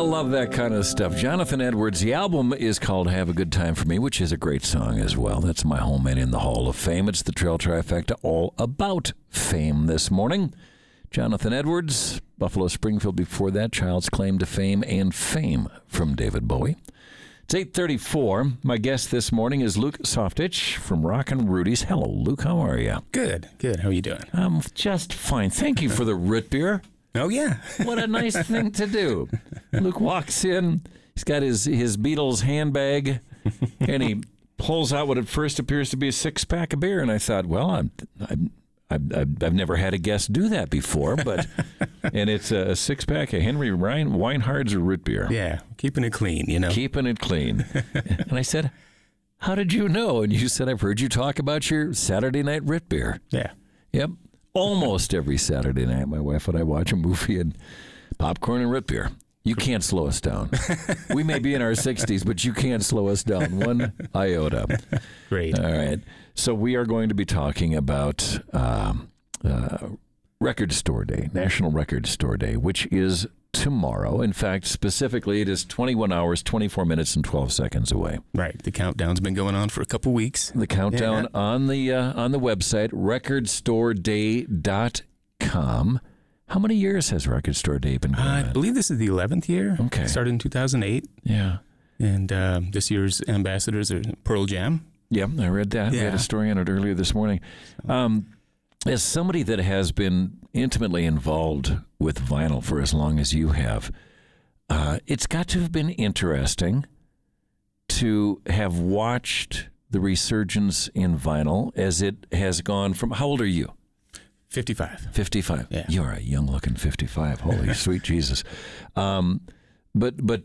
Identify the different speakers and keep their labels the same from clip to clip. Speaker 1: love that kind of stuff. Jonathan Edwards, the album is called Have a Good Time for Me, which is a great song as well. That's my home and in the Hall of Fame. It's the Trail Trifecta all about fame this morning. Jonathan Edwards, Buffalo Springfield before that, Child's Claim to Fame and Fame from David Bowie. It's 8:34. My guest this morning is Luke Softich from Rockin' Rudy's. Hello, Luke. How are you?
Speaker 2: Good, good. How are you doing?
Speaker 1: I'm just fine. Thank you for the root beer.
Speaker 2: Oh yeah,
Speaker 1: What a nice thing to do. Luke walks in. He's got his his Beatles handbag, and he pulls out what at first appears to be a six pack of beer. And I thought, well, I'm. I'm I've, I've I've never had a guest do that before, but and it's a six pack of Henry Ryan Weinhard's root beer
Speaker 2: yeah. Keeping it clean, you know.
Speaker 1: keeping it clean. and I said, How did you know? And you said, I've heard you talk about your Saturday night writ beer.
Speaker 2: yeah,
Speaker 1: Yep. Almost every Saturday night, my wife and I watch a movie and popcorn and root beer. You can't slow us down. we may be in our 60s, but you can't slow us down one iota.
Speaker 2: great.
Speaker 1: All right. So we are going to be talking about um, uh, Record Store Day, National Record Store Day, which is tomorrow. In fact, specifically, it is 21 hours, 24 minutes, and 12 seconds away.
Speaker 2: right. The countdown's been going on for a couple weeks.
Speaker 1: The countdown
Speaker 2: Yeah.
Speaker 1: on the uh, on the website recordstoreday.com. How many years has Record Store Day been going?
Speaker 2: I
Speaker 1: on?
Speaker 2: believe this is the 11th year.
Speaker 1: Okay.
Speaker 2: Started in 2008,
Speaker 1: Yeah.
Speaker 2: and um, this year's ambassadors are Pearl Jam.
Speaker 1: Yeah, I read that. We had
Speaker 2: Yeah.
Speaker 1: a story on it earlier this morning. Um, as somebody that has been intimately involved with vinyl for as long as you have, uh, it's got to have been interesting to have watched the resurgence in vinyl as it has gone from. How old are you?
Speaker 2: 55.
Speaker 1: 55.
Speaker 2: Yeah.
Speaker 1: You're a young looking 55. Holy sweet Jesus. Um, but, but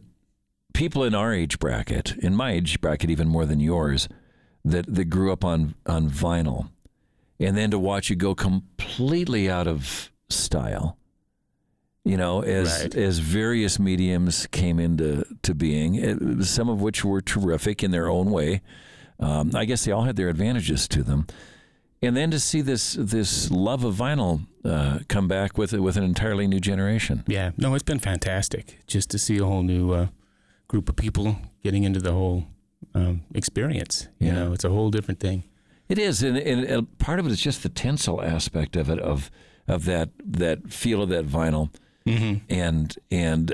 Speaker 1: people in our age bracket, in my age bracket, even more than yours, that, that grew up on, on vinyl, and then to watch it go completely out of style. You know, as
Speaker 2: Right.
Speaker 1: as various mediums came into to being, eh, some of which were terrific in their own way. Um, I guess they all had their advantages to them and then to see this this love of vinyl uh, come back with with an entirely new generation.
Speaker 2: Yeah. No, it's been fantastic just to see a whole new uh, group of people getting into the whole um, experience.
Speaker 1: Yeah.
Speaker 2: You know, it's a whole different thing.
Speaker 1: It is, and, and, and part of it is just the tensile aspect of it of of that that feel of that vinyl,
Speaker 2: Mm-hmm.
Speaker 1: and and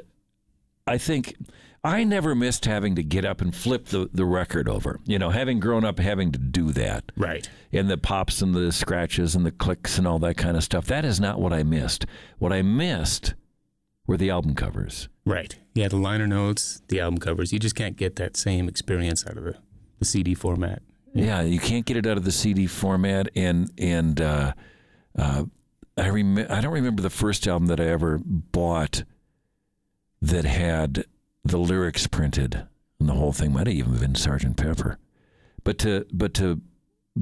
Speaker 1: I think I never missed having to get up and flip the the record over. You know, having grown up having to do that.
Speaker 2: Right.
Speaker 1: and the pops and the scratches and the clicks and all that kind of stuff. That is not what I missed. What I missed were the album covers.
Speaker 2: Right. Yeah. The liner notes, the album covers. You just can't get that same experience out of the, the CD format.
Speaker 1: Yeah, you can't get it out of the CD format, and and uh, uh, I rem- I don't remember the first album that I ever bought that had the lyrics printed, and the whole thing might have even been Sergeant Pepper. But to but to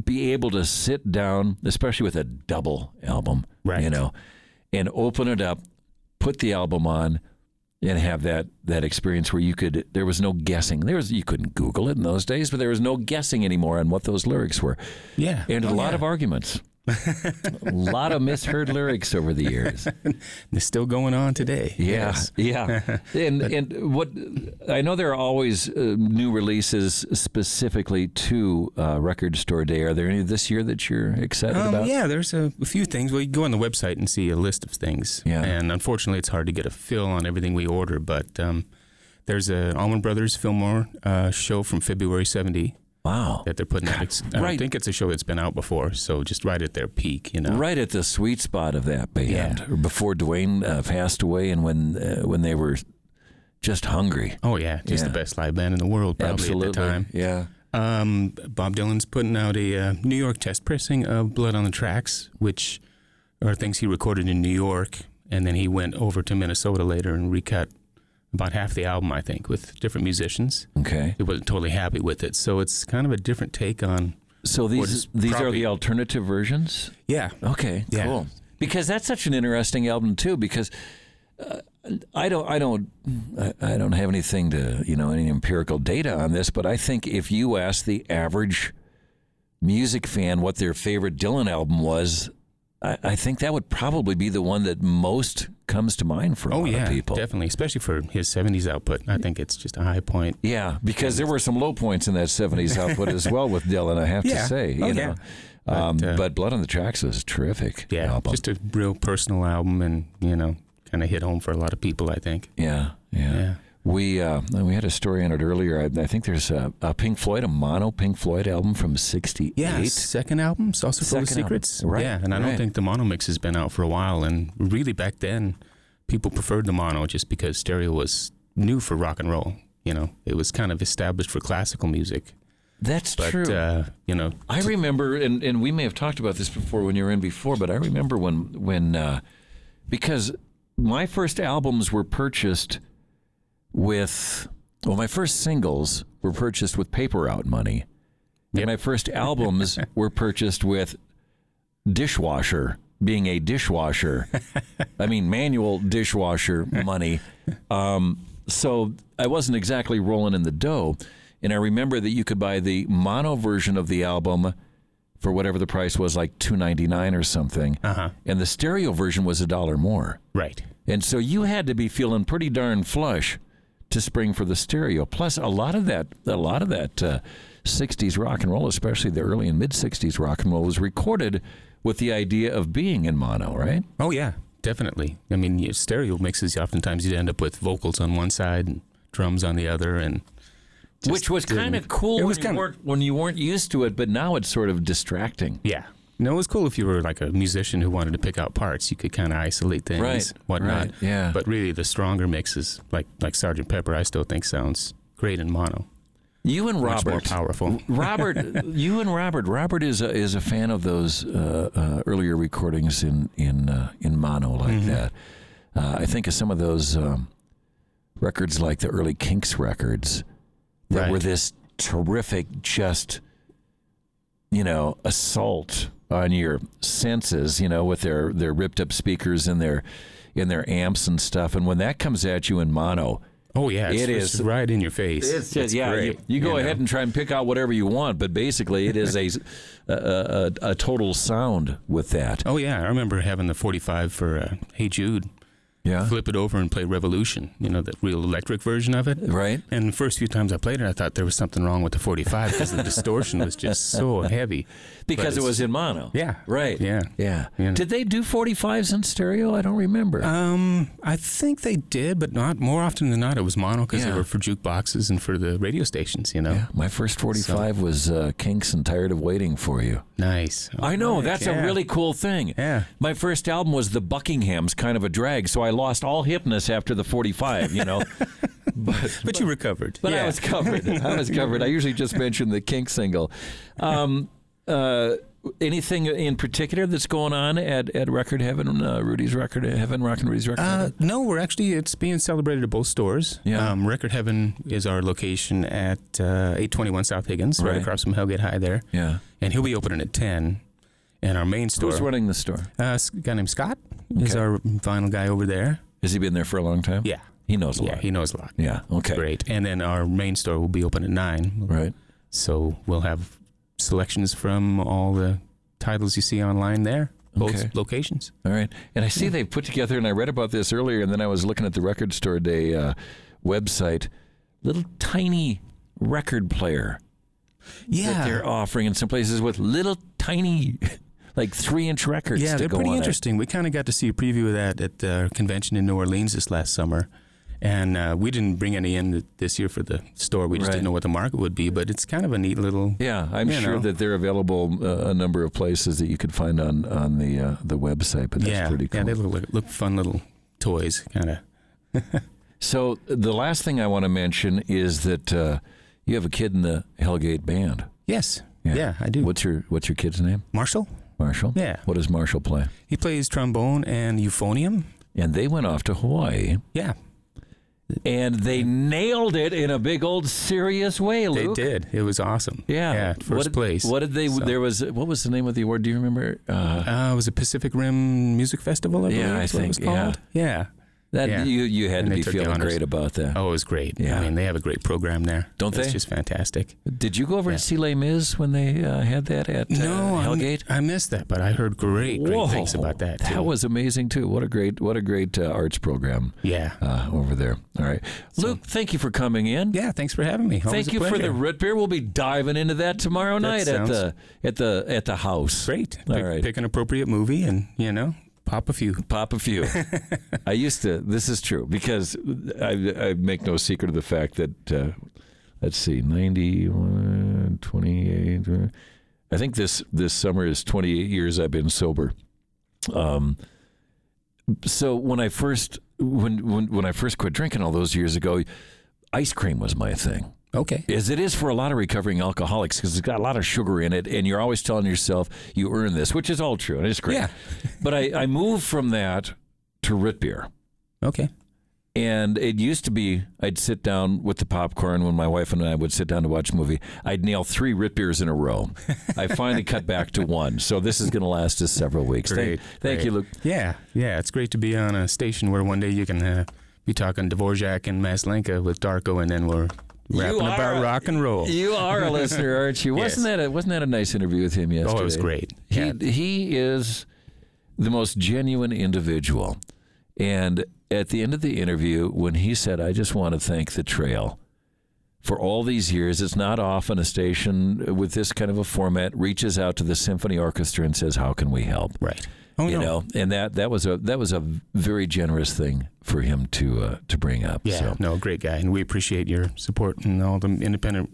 Speaker 1: be able to sit down, especially with a double album, you
Speaker 2: Right.
Speaker 1: know, and open it up, put the album on, and have that that experience where you could there was no guessing. There was you couldn't Google it in those days, but there was no guessing anymore on what those lyrics were,
Speaker 2: Yeah.
Speaker 1: and a
Speaker 2: Oh,
Speaker 1: lot
Speaker 2: yeah.
Speaker 1: of arguments, a lot of misheard lyrics over the years.
Speaker 2: And it's still going on today.
Speaker 1: Yeah, yeah. And and what I know there are always uh, new releases specifically to uh, Record Store Day. Are there any this year that you're excited
Speaker 2: Um,
Speaker 1: about?
Speaker 2: yeah, there's a, a few things. Well, you go on the website and see a list of things.
Speaker 1: Yeah.
Speaker 2: And unfortunately, it's hard to get a fill on everything we order. But um, there's a Allman Brothers Fillmore uh, show from February 70
Speaker 1: Wow.
Speaker 2: that they're putting out. It's- I
Speaker 1: Right.
Speaker 2: don't think it's a show that's been out before. So just right at their peak, you know.
Speaker 1: Right at the sweet spot of that band,
Speaker 2: Yeah.
Speaker 1: before Dwayne uh, passed away, and when uh, when they were just hungry.
Speaker 2: Oh, yeah. Just
Speaker 1: Yeah.
Speaker 2: the best live band in the world, probably
Speaker 1: Absolutely.
Speaker 2: at the time.
Speaker 1: Yeah.
Speaker 2: Um, Bob Dylan's putting out a uh, New York test pressing of Blood on the Tracks, which are things he recorded in New York, and then he went over to Minnesota later and recut about half the album, I think, with different musicians.
Speaker 1: Okay.
Speaker 2: He wasn't totally happy with it, so it's kind of a different take on.
Speaker 1: So
Speaker 2: What
Speaker 1: these
Speaker 2: is
Speaker 1: these are
Speaker 2: probably-
Speaker 1: the alternative versions.
Speaker 2: Yeah,
Speaker 1: Okay,
Speaker 2: Yeah.
Speaker 1: cool. Because that's such an interesting album too. Because uh, I don't, I don't, I, I don't have anything to you know any empirical data on this, but I think if you ask the average music fan what their favorite Dylan album was, I, I think that would probably be the one that most comes to mind for a
Speaker 2: Oh
Speaker 1: lot
Speaker 2: yeah,
Speaker 1: of people.
Speaker 2: definitely, especially for his '70s output. I think it's just a high point.
Speaker 1: Yeah, because there were some low points in that 70s output as well with Dylan, I have
Speaker 2: Yeah.
Speaker 1: to say. You
Speaker 2: Oh, yeah.
Speaker 1: know. Um,
Speaker 2: But, uh,
Speaker 1: but Blood on the Tracks is a terrific
Speaker 2: Yeah,
Speaker 1: album.
Speaker 2: just a real personal album, and you know, kind of hit home for a lot of people. I think.
Speaker 1: yeah, yeah,
Speaker 2: Yeah.
Speaker 1: We uh, we had a story on it earlier. I, I think there's a, a Pink Floyd, a mono Pink Floyd album from '68.
Speaker 2: second album, Saucer Full
Speaker 1: Second
Speaker 2: of
Speaker 1: album,
Speaker 2: Secrets.
Speaker 1: right,
Speaker 2: Yeah, and I
Speaker 1: right.
Speaker 2: don't think the mono mix has been out for a while. And really, back then, people preferred the mono just because stereo was new for rock and roll. You know, it was kind of established for classical music.
Speaker 1: That's
Speaker 2: But,
Speaker 1: true.
Speaker 2: Uh, you know,
Speaker 1: I remember, and, and we may have talked about this before when you were in before, but I remember when when uh, because my first albums were purchased with well, my first singles were purchased with paper out money, and my first albums were purchased with dishwasher being a dishwasher. I mean, manual dishwasher money. Um, so I wasn't exactly rolling in the dough. And I remember that you could buy the mono version of the album for whatever the price was, like two ninety nine or something.
Speaker 2: Uh-huh.
Speaker 1: And the stereo version was a dollar more.
Speaker 2: right.
Speaker 1: And so you had to be feeling pretty darn flush to spring for the stereo. Plus, a lot of that, a lot of that uh, '60s rock and roll, especially the early and mid '60s rock and roll, was recorded with the idea of being in mono, right?
Speaker 2: Oh yeah, definitely. I mean, your stereo mixes. Oftentimes, you'd end up with vocals on one side and drums on the other, and just
Speaker 1: Which was
Speaker 2: didn't-
Speaker 1: kind of cool
Speaker 2: It
Speaker 1: when,
Speaker 2: was
Speaker 1: you
Speaker 2: kinda-
Speaker 1: weren't, when you weren't used to it, but now it's sort of distracting.
Speaker 2: Yeah. No, it was cool if you were like a musician who wanted to pick out parts. You could kind of isolate things,
Speaker 1: Right,
Speaker 2: whatnot.
Speaker 1: right, yeah.
Speaker 2: But really, the stronger mixes, like like Sergeant Pepper, I still think sounds great in mono.
Speaker 1: You and
Speaker 2: Much more
Speaker 1: Robert,
Speaker 2: powerful.
Speaker 1: Robert, you and Robert. Robert is a, is a fan of those uh, uh, earlier recordings in in uh, in mono like
Speaker 2: Mm-hmm.
Speaker 1: that. Uh, I think of some of those um, records, like the early Kinks records, that
Speaker 2: Right.
Speaker 1: were this terrific, just you know, assault on your senses. You know, with their their ripped up speakers and their in their amps and stuff. And when that comes at you in mono,
Speaker 2: Oh yeah, it's,
Speaker 1: It
Speaker 2: it's
Speaker 1: is.
Speaker 2: right in your face.
Speaker 1: it's just yeah.
Speaker 2: great,
Speaker 1: you, you go
Speaker 2: know.
Speaker 1: ahead and try and pick out whatever you want, but basically it is a s- a, a, a- a total sound with that.
Speaker 2: Oh yeah, I remember having the 45 for uh, Hey Jude.
Speaker 1: Yeah,
Speaker 2: Flip it over and play Revolution. You know the real electric version of it.
Speaker 1: right.
Speaker 2: And the first few times I played it, I thought there was something wrong with the 45 because the distortion was just so heavy.
Speaker 1: Because
Speaker 2: But
Speaker 1: it
Speaker 2: it's-
Speaker 1: was in mono.
Speaker 2: Yeah.
Speaker 1: Right.
Speaker 2: Yeah.
Speaker 1: Yeah.
Speaker 2: You know.
Speaker 1: Did they do 45s in stereo? I don't remember.
Speaker 2: Um, I think they did, but not more often than not. It was mono because
Speaker 1: Yeah.
Speaker 2: they were for jukeboxes and for the radio stations. You know,
Speaker 1: yeah. My first 45 was uh, Kinks and Tired of Waiting for You.
Speaker 2: nice.
Speaker 1: I know. That's
Speaker 2: yeah.
Speaker 1: a really cool thing.
Speaker 2: Yeah.
Speaker 1: My first album was The Buckinghams, kind of a drag, so I lost all hipness after the 45, you know?
Speaker 2: But you recovered.
Speaker 1: But I
Speaker 2: Yeah.
Speaker 1: was covered. I was covered. I usually just mention the Kink single. Um, uh, anything in particular that's going on at, at Record Heaven, uh, Rudy's Record Heaven, Rock and Rudy's Record
Speaker 2: Uh,
Speaker 1: Heaven?
Speaker 2: no, we're actually it's being celebrated at both stores.
Speaker 1: Yeah.
Speaker 2: Um, Record Heaven is our location at uh, 821 South Higgins, right,
Speaker 1: Right.
Speaker 2: across from Hellgate High there,
Speaker 1: Yeah.
Speaker 2: and he'll be opening at 10. And our main store,
Speaker 1: Who's running the store?
Speaker 2: uh, s- a guy named Scott, is
Speaker 1: Okay.
Speaker 2: our vinyl guy over there.
Speaker 1: Has he been there for a long time?
Speaker 2: Yeah,
Speaker 1: He knows a
Speaker 2: yeah,
Speaker 1: lot.
Speaker 2: he knows a lot.
Speaker 1: yeah. Okay.
Speaker 2: Great. And then our main store will be open at nine.
Speaker 1: Right.
Speaker 2: So we'll have selections from all the titles you see online there, both
Speaker 1: Okay.
Speaker 2: locations.
Speaker 1: All right. And I see they've put together, and I read about this earlier, and then I was looking at the Record Store Day uh, website, little tiny record player. that they're offering in some places with little tiny, like three inch records.
Speaker 2: yeah,
Speaker 1: to
Speaker 2: they're
Speaker 1: go
Speaker 2: pretty
Speaker 1: on it.
Speaker 2: interesting. We kind of got to see a preview of that at the convention in New Orleans this last summer. And uh, we didn't bring any in th- this year for the store. We just
Speaker 1: Right.
Speaker 2: didn't know what the market would be, but it's kind of a neat little.
Speaker 1: Yeah, I'm
Speaker 2: You
Speaker 1: sure
Speaker 2: know.
Speaker 1: that they're available uh, a number of places that you could find on on the uh, the website. But that's
Speaker 2: yeah,
Speaker 1: pretty cool.
Speaker 2: yeah, they look, look fun little toys, kind of.
Speaker 1: so the last thing I want to mention is that uh, you have a kid in the Hellgate band.
Speaker 2: Yes.
Speaker 1: Yeah.
Speaker 2: Yeah. I do.
Speaker 1: What's your What's your kid's name?
Speaker 2: Marshall?
Speaker 1: Marshall.
Speaker 2: Yeah.
Speaker 1: What does Marshall play?
Speaker 2: He plays trombone and euphonium.
Speaker 1: And they went off to Hawaii,
Speaker 2: Yeah,
Speaker 1: and they nailed it in a big old serious way,
Speaker 2: They
Speaker 1: Luke.
Speaker 2: did. It was awesome.
Speaker 1: Yeah.
Speaker 2: first
Speaker 1: what,
Speaker 2: place.
Speaker 1: What did they?
Speaker 2: So-
Speaker 1: There was what was the name of the award? Do you remember? Uh,
Speaker 2: Uh, it was a Pacific Rim Music Festival, I
Speaker 1: Yeah,
Speaker 2: believe
Speaker 1: I
Speaker 2: is what it was
Speaker 1: think, yeah.
Speaker 2: called. Yeah.
Speaker 1: That
Speaker 2: Yeah.
Speaker 1: you you had
Speaker 2: And
Speaker 1: to
Speaker 2: they
Speaker 1: be
Speaker 2: took the
Speaker 1: feeling
Speaker 2: honors.
Speaker 1: great about that.
Speaker 2: Oh, it was great.
Speaker 1: Yeah.
Speaker 2: I mean, they have a great program there.
Speaker 1: Don't
Speaker 2: it's
Speaker 1: they?
Speaker 2: just fantastic.
Speaker 1: Did you go over
Speaker 2: Yeah.
Speaker 1: and see Les Mis when they uh, had that at uh,
Speaker 2: no, I-
Speaker 1: Hellgate?
Speaker 2: I missed that, but I heard great, great
Speaker 1: Whoa,
Speaker 2: things about that. Too.
Speaker 1: That was amazing too. What a great what a great uh, arts program
Speaker 2: yeah,
Speaker 1: uh, over there. All right, Luke, thank you for coming in.
Speaker 2: yeah. Thanks for having me. Always
Speaker 1: Thank
Speaker 2: a
Speaker 1: you for the
Speaker 2: pleasure.
Speaker 1: root beer. We'll be diving into that tomorrow night at
Speaker 2: sounds-
Speaker 1: the at the at the house.
Speaker 2: great.
Speaker 1: All
Speaker 2: pick,
Speaker 1: right.
Speaker 2: pick an appropriate movie and you know pop a few.
Speaker 1: Pop a few. I used to. This is true because I, I make no secret of the fact that uh, let's see, 91, 28. uh, I think this this summer is 28 years I've been sober. Um, so when I first when when when I first quit drinking all those years ago, ice cream was my thing
Speaker 2: Okay.
Speaker 1: as it is for a lot of recovering alcoholics because it's got a lot of sugar in it and you're always telling yourself you earn this which is all true and it's great
Speaker 2: Yeah.
Speaker 1: but I, I moved from that to root beer
Speaker 2: Okay.
Speaker 1: and it used to be i'd sit down with the popcorn when my wife and i would sit down to watch a movie i'd nail three root beers in a row i finally cut back to one so this is going to last us several weeks
Speaker 2: Great,
Speaker 1: thank, thank you luke
Speaker 2: Yeah, yeah. It's great to be on a station where one day you can uh, be talking Dvorak and Maslenka with Darko, and then we're rapping
Speaker 1: are
Speaker 2: about
Speaker 1: a-
Speaker 2: rock and roll.
Speaker 1: you are a listener aren't you
Speaker 2: Yes.
Speaker 1: wasn't that a, wasn't that a nice interview with him yesterday
Speaker 2: oh, it was great.
Speaker 1: He
Speaker 2: yeah.
Speaker 1: he is the most genuine individual. And at the end of the interview, when he said, "I just want to thank the trail for all these years," it's not often a station with this kind of a format reaches out to the symphony orchestra and says, "How can we help?"
Speaker 2: Right. Oh
Speaker 1: you
Speaker 2: no.
Speaker 1: know, and that that was a that was a very generous thing for him to uh, to bring up.
Speaker 2: Yeah.
Speaker 1: So.
Speaker 2: No, great guy, and we appreciate your support and all the independent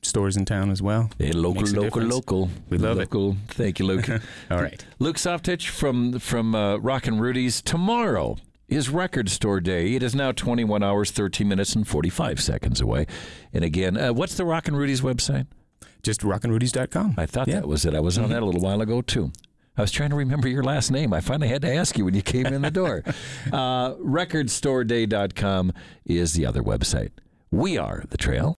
Speaker 2: stores in town as well.
Speaker 1: Hey, local,
Speaker 2: Makes a
Speaker 1: local,
Speaker 2: difference.
Speaker 1: local.
Speaker 2: We love it.
Speaker 1: local. Thank you, Luke.
Speaker 2: All right.
Speaker 1: Luke Softich from from uh, Rock and Rudy's tomorrow is Record Store Day. It is now 21 hours 13 minutes and 45 seconds away. And again, uh, what's the Rock and Rudy's website?
Speaker 2: Just rockandrudies.com.
Speaker 1: I thought
Speaker 2: Yeah.
Speaker 1: that was it. I was on that a little while ago too. I was trying to remember your last name. I finally had to ask you when you came in the door. uh, recordstoreday.com is the other website. We are the trail.